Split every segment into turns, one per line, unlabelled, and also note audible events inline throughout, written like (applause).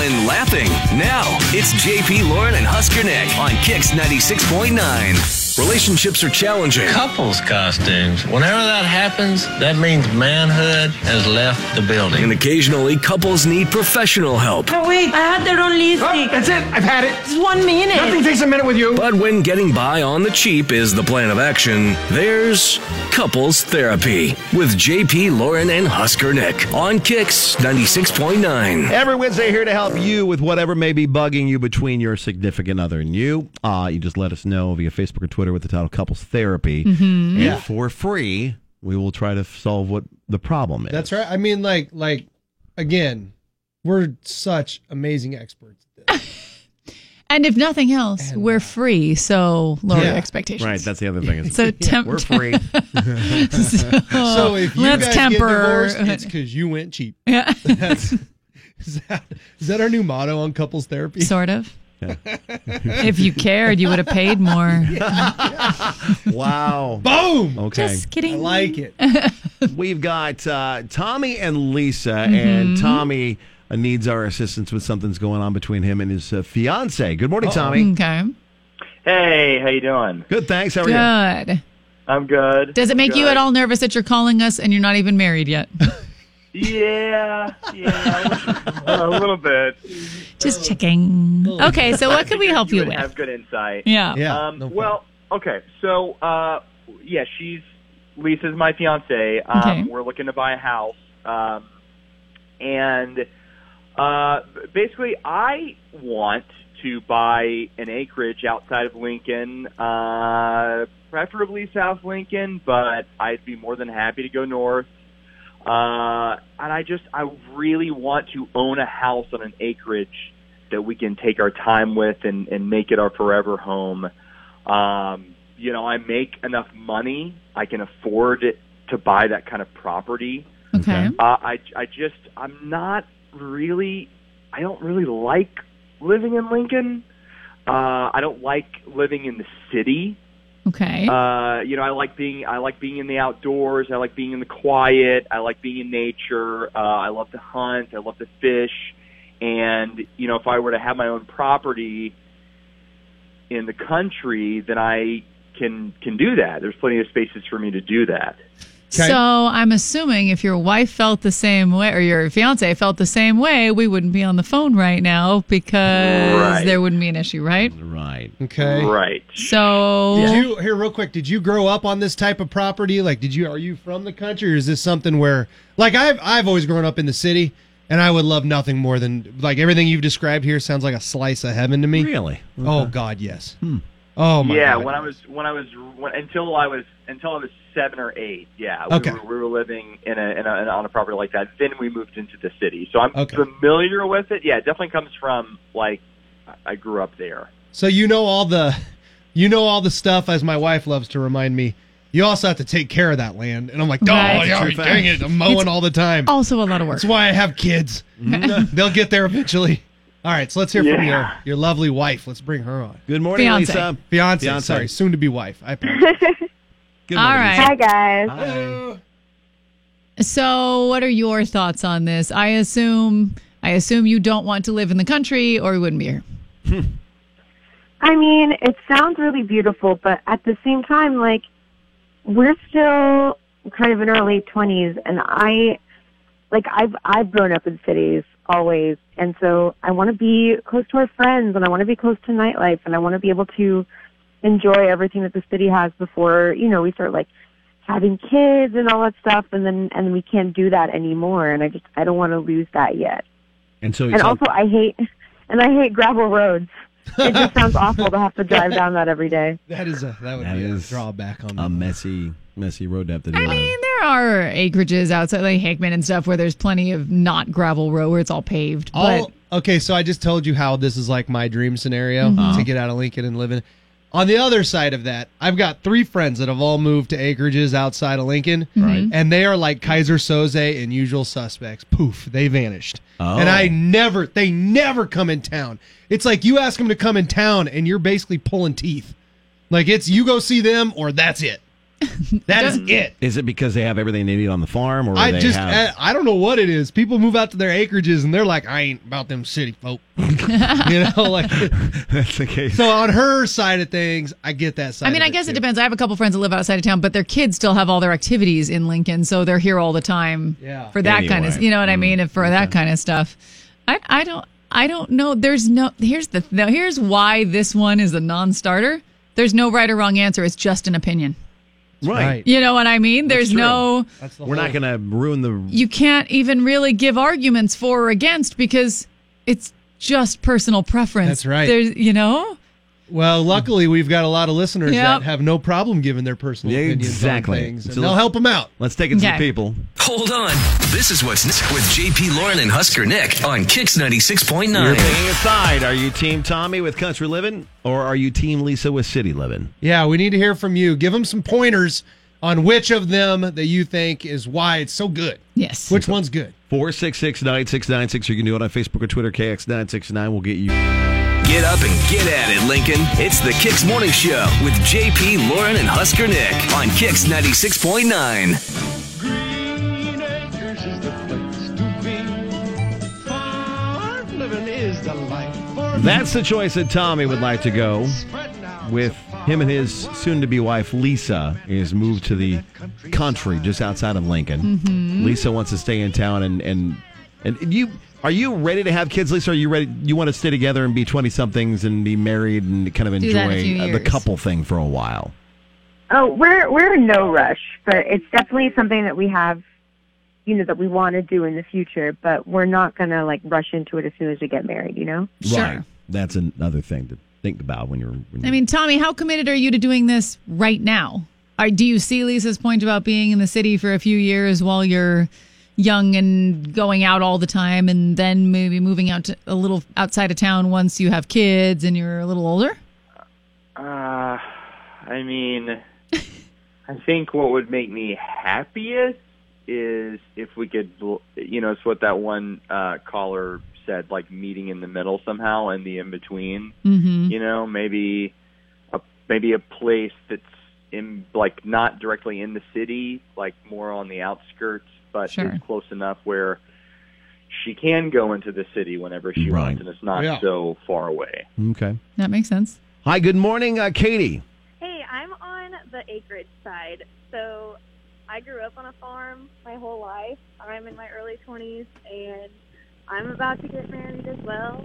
and laughing. Now, it's JP Lauren and Husker Nick on Kix 96.9. Relationships are challenging.
couples costumes. Whenever that happens, that means manhood has left the building.
And occasionally, couples need professional help.
Oh, wait, I had their own lipstick.
Oh, that's it. I've had it.
It's one minute.
Nothing takes a minute with you.
But when getting by on the cheap is the plan of action, there's couples therapy with JP Lauren and Husker Nick on Kix 96.9.
Every Wednesday, here to help you with whatever may be bugging you between your significant other and you. Uh, you just let us know via Facebook or Twitter with the title Couples Therapy.
Mm-hmm.
And for free, we will try to solve what the problem is.
That's right. I mean, like, like again, we're such amazing experts. at this.
And if nothing else, we're free, so lower
Yeah.
your expectations.
Right, that's the other thing.
(laughs)
Is
so temp-
we're free.
so,
So if you
Oh, let's
guys
temper. (laughs)
get divorced, it's because you went cheap.
yeah,
(laughs) That's, is, that, is that our new motto on couples therapy?
sort of.
(laughs)
if you cared, you would have paid more.
wow.
Boom!
Okay.
Just
I
kidding.
like it.
Um,
We've got uh, Tommy and Lisa,
Mm-hmm.
and Tommy uh, needs our assistance with something's going on between him and his uh, fiance. Good morning, Tommy.
okay.
Hey, how you doing?
Good, thanks. How are you?
Good.
I'm
(laughs)
good.
Does it make you at all nervous that you're calling us and you're not even
(laughs)
married yet?
Yeah, yeah, a little bit.
Just checking. Okay, so what can we help you
would Have
with?
good insight.
Yeah.
Yeah.
Um,
no problem.
well, okay. So, uh, yeah, she's Lisa's my fiance. Um,
Okay.
We're looking to buy a house, um, and uh, basically, I want to buy an acreage outside of Lincoln, uh, preferably South Lincoln, but I'd be more than happy to go north. Uh, and I just, I really want to own a house on an acreage that we can take our time with and, and make it our forever home. Um, you know, I make enough money, I can afford to buy that kind of property.
Okay.
Uh, I, I just, I'm not really, I don't really like living in Lincoln. Uh, I don't like living in the city.
Okay.
(laughs) Uh, you know, I like being, I like being in the outdoors. I like being in the quiet. I like being in nature. Uh, I love to hunt. I love to fish. And you know, if I were to have my own property in the country, then I can can do that. There's plenty of spaces for me to do that.
okay.
So I'm assuming if your wife felt the same way or your fiance felt the same way, we wouldn't be on the phone right now because
Right.
there wouldn't be an issue, right?
Right.
okay.
Right.
So
Did you here real quick? Did you grow up on this type of property? Like, did you are you from the country, or is this something where like I've I've always grown up in the city, and I would love nothing more than like everything you've described here sounds like a slice of heaven to me.
Really?
Oh God, yes.
Hmm.
Oh my.
yeah,
God.
when I was when I was when, until I was until I was seven or eight. Yeah, we,
Okay.
were, we were living in a, in a in- on a property like that. Then we moved into the city, so I'm
Okay.
familiar with it. Yeah, it definitely comes from like I- I grew up there.
So you know all the, you know all the stuff as my wife loves to remind me. You also have to take care of that land, and I'm like, oh
Right.
yeah,
True fact.
dang it, I'm mowing
It's-
all the time.
also a lot of work.
That's why I have kids.
Mm-hmm.
(laughs) They'll get there eventually. All right, so let's hear from
Yeah.
your your lovely wife. Let's bring her on.
Good morning,
Fiance.
Lisa.
Fiance,
Fiance.
sorry, soon to be wife. I
(laughs)
apologize.
Good
All
morning, Lisa.
right.
Hi guys.
So what are your thoughts on this? I assume I assume you don't want to live in the country or we wouldn't be here.
I mean, it sounds really beautiful, but at the same time, like we're still kind of in our late twenties, and I, like I've I've grown up in cities always, and so I want to be close to our friends, and I want to be close to nightlife, and I want to be able to enjoy everything that the city has before you know we start like having kids and all that stuff, and then and we can't do that anymore, and I just I don't want to lose that yet.
And so,
And
Oh.
so-
also, I hate and I hate gravel roads. It just
(laughs)
sounds awful to have to drive down that every day.
that is a that would
That
be a
is
drawback on
a
that.
messy, messy road to have to do.
I mean, there are acreages outside like Hickman and stuff where there's plenty of not gravel road where it's all paved.
All,
but
okay, so I just told you how this is like my dream scenario
Mm-hmm.
to get out of Lincoln and live in. On the other side of that, I've got three friends that have all moved to acreages outside of Lincoln,
Right.
and they are like Kaiser Soze and Usual Suspects. Poof, they vanished,
Oh.
and I never, they never come in town. It's like you
(laughs)
ask them to come in town, and you're basically pulling teeth. Like it's you go see them or that's it. That is it.
Is it because they have everything they need on the farm, or
I
they
just eh, uh,
have,
I, I don't know what it is. People move out to their acreages and they're like, I ain't about them city folk. (laughs) you know,
(laughs)
like
(laughs) that's the case?
so on her side of things, I get that side.
I mean,
of
I guess
too.
it depends. I have a couple friends that live outside of town, but their kids still have all their activities in Lincoln, so they're here all the time
Yeah. Mm-hmm.
for that kind of,
Anyway.
you know what I mean, and for that kind of stuff. I, I don't, I don't know. There's no. Here's the now. Here's why this one is a non-starter. There's no right or wrong answer. It's just an opinion.
right.
You know what I mean? There's
true.
no.
That's the
We're
whole-
not going to ruin the.
You can't even really give arguments for or against because it's just personal preference.
That's right.
There's, you know.
Well, luckily we've got a lot of listeners
Yep.
that have no problem giving their personal
Yeah,
opinions
exactly.
on things, and
So
they'll
let's-
help them out.
Let's take it to the
Okay.
people.
Hold on. This is what's next with JP Lauren and Husker Nick on Kix 96.9.
You're picking a side. Are you Team Tommy with Country Living, or are you Team Lisa with City Living?
Yeah, we need to hear from you. Give them some pointers on which of them that you think is why it's so good.
Yes.
Which one's good?
Four six six nine six nine six. You can do it on Facebook or Twitter. KX nine six nine. We'll get you.
Get up and get at it, Lincoln. It's the Kix Morning Show with JP Lauren and Husker Nick on Kix 96.9.
That's the choice that Tommy would like to go with. Him and his soon-to-be wife Lisa is moved to the country just outside of Lincoln.
Mm-hmm.
Lisa wants to stay in town and and and you are you ready to have kids, Lisa? Are you ready? You want to stay together and be twenty-somethings and be married and kind of
Do that in a
enjoy
few
uh, the
years.
couple thing for a while.
Oh, we're we're in no rush, but it's definitely something that we have, you know, that we want to do in the future. But we're not gonna like rush into it as soon as we get married, you know.
Sure.
Right. That's another thing to think about when you're. When
I mean, Tommy, how committed are you to doing this right now? Are, do you see Lisa's point about being in the city for a few years while you're young and going out all the time, and then maybe moving out to a little outside of town once you have kids and you're a little older?
Uh, I mean, (laughs) I think what would make me happiest is if we could, you know, it's what that one uh, caller said, like meeting in the middle somehow and the in between.
Mm-hmm.
You know, maybe a maybe a place that's in like not directly in the city, like more on the outskirts, but
Sure.
is close enough where she can go into the city whenever she
Right.
wants, and it's not
Yeah.
so far away.
okay.
That makes sense.
Hi. Good morning, uh, Katie.
Hey, I'm on the acreage side. So I grew up on a farm my whole life. I'm in my early 20s and I'm about to get married as well.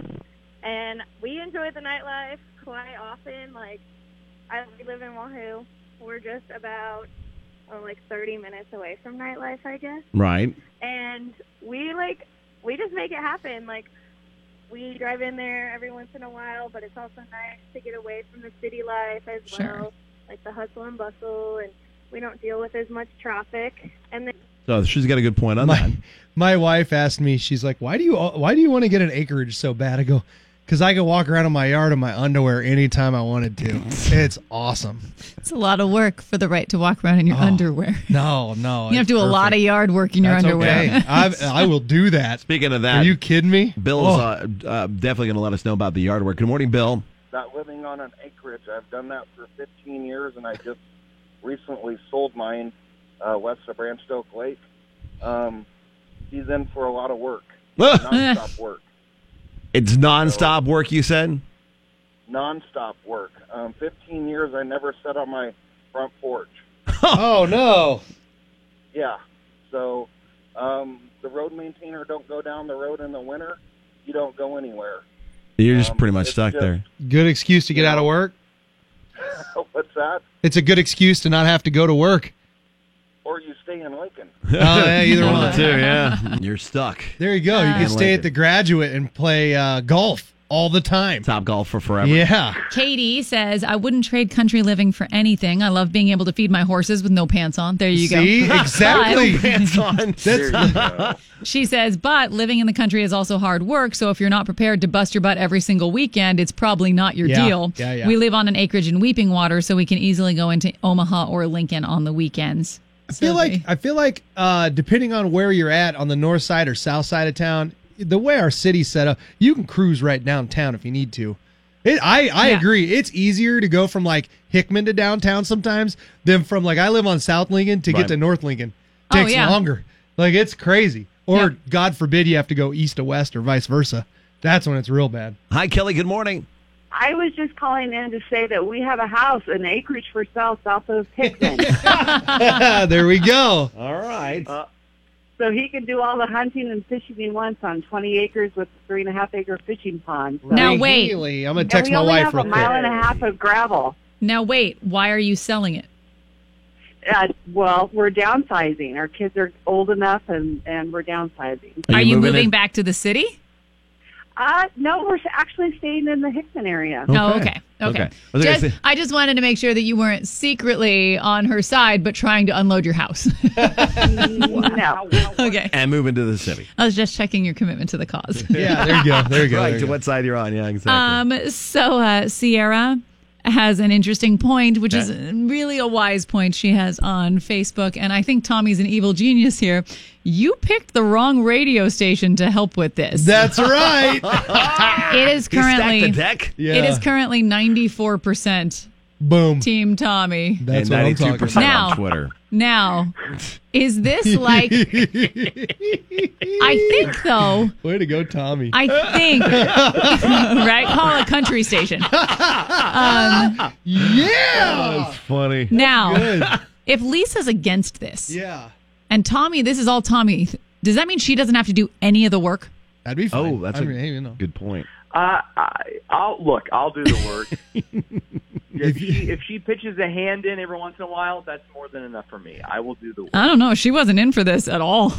And we enjoy the nightlife quite often. Like, I we live in Wahoo. We're just about, oh, like 30 minutes away from nightlife, I guess
Right.
and we like we just make it happen like we drive in there every once in a while but it's also nice to get away from the city life as
Sure.
well like the hustle and bustle and we don't deal with as much traffic and then
So she's got a good point on that.
my, my wife asked me, she's like, "Why do you why do you want to get an acreage so bad?" I go, "Cause I can walk around in my yard in my underwear anytime I wanted
(laughs)
to. It's awesome."
It's a lot of work for the right to walk around in your underwear. (laughs)
No, no,
You have to do a lot of yard work in your underwear. (laughs)
I've, I will do that.
Speaking of that,
Are you kidding me?
Bill's
Oh,
uh, uh, definitely going to let us know about the yard work. Good morning, Bill. (laughs)
not living on an acreage. I've done that for 15 years, and I just recently sold mine uh, west of Branch Oak Lake. Um, he's in for a lot of
(laughs)
work, nonstop work,
It's nonstop work, you said?
nonstop work. Um, 15 years, I never sat on my front porch.
oh no!
Yeah, so um, the road maintainer don't go down the road in the winter. You don't go anywhere. (laughs)
You're just
Um,
pretty much
it's
stuck
just- (laughs)
there.
Good excuse to get out of work.
What's that?
It's a good excuse to not have to go to work.
(laughs)
Or you stay in Lincoln.
Oh, yeah, either
One of
one.
the two, yeah. (laughs) You're stuck.
There you go.
Ah,
You
I
can stay
like it.
at the graduate and play uh, golf all the time.
Top golf for forever.
Yeah.
Katie says, I wouldn't trade country living for anything. I love being able to feed my horses with no pants on. There you (laughs)
See?
go.
Exactly.
Pants on.
That's
She says, but living in the country is also hard work. So if you're not prepared to bust your butt every single weekend, it's probably not your
Yeah,
deal.
yeah, yeah.
We live on an acreage in Weeping Water, so we can easily go into Omaha or Lincoln on the weekends.
I feel like I feel like uh, depending on where you're at on the north side or south side of town, the way our city's set up, you can cruise right downtown if you need to. It, I, I
Yeah.
agree. It's easier to go from like Hickman to downtown sometimes than from like I live on South Lincoln to
Right.
get to North Lincoln.
Oh,
Takes
yeah.
longer. Like it's crazy. Or
Yeah.
God forbid you have to go east to west or vice versa. That's when it's real
(laughs)
bad.
Hi, Kelly. Good morning.
I was just calling in to say that we have a house, an acreage for sale south of
(laughs)
Hickman.
Ah, there we go.
All right.
Uh,
so he can do all the hunting and fishing he wants on 20 acres with a three and a half acre fishing pond. So-
Now wait.
Really? I'm gonna
And
text
we
my
only
wife
have
real
a
quick.
mile and a half of gravel.
Now wait, why are you selling it?
Uh, well, we're downsizing. Our kids are old enough, and, and we're downsizing.
Are, you moving,
in?
back to the city?
Uh, no, we're actually staying in the Hickman area.
Oh, okay. Okay.
I was gonna
Just,
say-
I just wanted to make sure that you weren't secretly on her side, but trying to unload your house. (laughs)
no.
okay.
and move into the city.
I was just checking your commitment to
(laughs)
the cause.
Yeah, there you go. There you go.
Right,
there
to
you go.
what side you're on. Yeah, exactly.
Um, so uh, Sierra has an interesting point, which is really a wise point she has on Facebook. And I think Tommy's an evil genius here. You picked the wrong radio station to help with this.
That's right.
it
He
is
stacked
currently
the deck.
Yeah.
(laughs) it is currently ninety four percent
Boom.
Team Tommy.
That's what I'm
and
talking
92%
about.
Now-
on Twitter.
Now,
(laughs)
is this like? I think though.
Way to go, Tommy.
I think
(laughs)
right. Call a country station.
Oh.
yeah.
That's funny.
Now,
Good.
if Lisa's against this,
Yeah.
and Tommy, this is all Tommy. Does that mean she doesn't have to do any of the work?
That'd be fun.
Oh, that's
I
a
mean, hey, you know.
good point.
Uh, I, I'll look. I'll do the work. if, she, if she pitches a hand in every once in a while, that's more than enough for me. I will do the work.
I don't know. She wasn't in for this at all.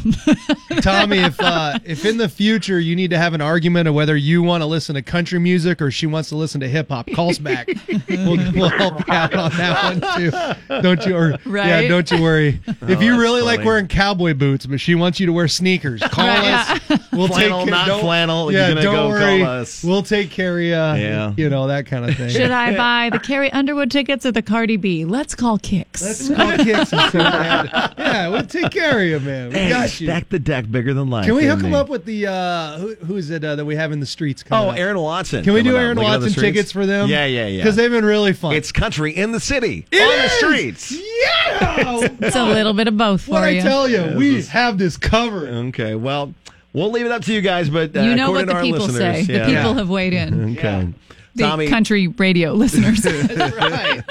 Tommy, if uh, if in the future you need to have an argument of whether you want to listen to country music or she wants to listen to hip hop, calls back. we'll, we'll help you out on that one too. Don't you? Or, Yeah,
Right.
don't you worry. if you
that's
really like
funny.
wearing cowboy boots, but she wants you to wear sneakers, call
Right,
us. We'll
Flannel,
take care.
not
don't-
flannel. You're
Yeah,
gonna
don't
go
worry.
call us.
We'll take care of you.
Yeah.
You know that kind of thing.
(laughs) Should I buy the Carrie Underwood tickets or the Cardi B? Let's call Kicks.
Let's
(laughs)
call kicks and so bad. Yeah, we'll take care of you, man. We
Hey,
got you.
stack the deck bigger than life.
Can we hook
didn't
him
they?
up with the uh, who, who is it uh, that we have in the streets? coming
Oh,
up?
Aaron Watson.
Can we
coming
do
up.
Aaron
Looking at the
Watson
streets?
tickets for them?
Yeah, yeah, yeah.
Because they've been really fun.
It's country in the city.
It
on
is!
the streets. (laughs)
yeah.
It's a little bit of both for
what I
you.
tell you, we have this covered.
(laughs) Okay, well, we'll leave it up to you guys, but uh,
you know
according
what the
to our
people say.
listeners, yeah.
The people have weighed in.
Okay.
The
Tommy,
country radio listeners.
(laughs)
right.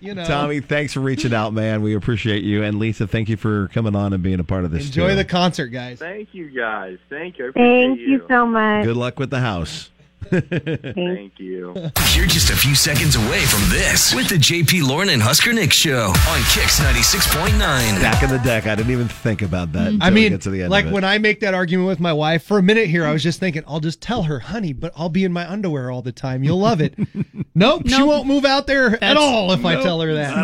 You know,
Tommy, thanks for reaching out, man. We appreciate you. And Lisa, thank you for coming on and being a part of this.
enjoy
too.
the concert, guys.
Thank you guys. Thank you. I appreciate
Thank you so much.
Good luck with the house.
Thank you.
You're just a few seconds away from this with the JP Lauren and Husker Nick show on Kix 96.9.
Back in the deck. I didn't even think about that. Until
Mm. I
we
mean,
get to the end
like
of it.
when I make that argument with my wife, for a minute here, I was just thinking, I'll just tell her, honey, but I'll be
(laughs)
in my underwear all the time. You'll love it. nope, she
Nope.
won't move out there at
That's-
(laughs)
all if I tell her that.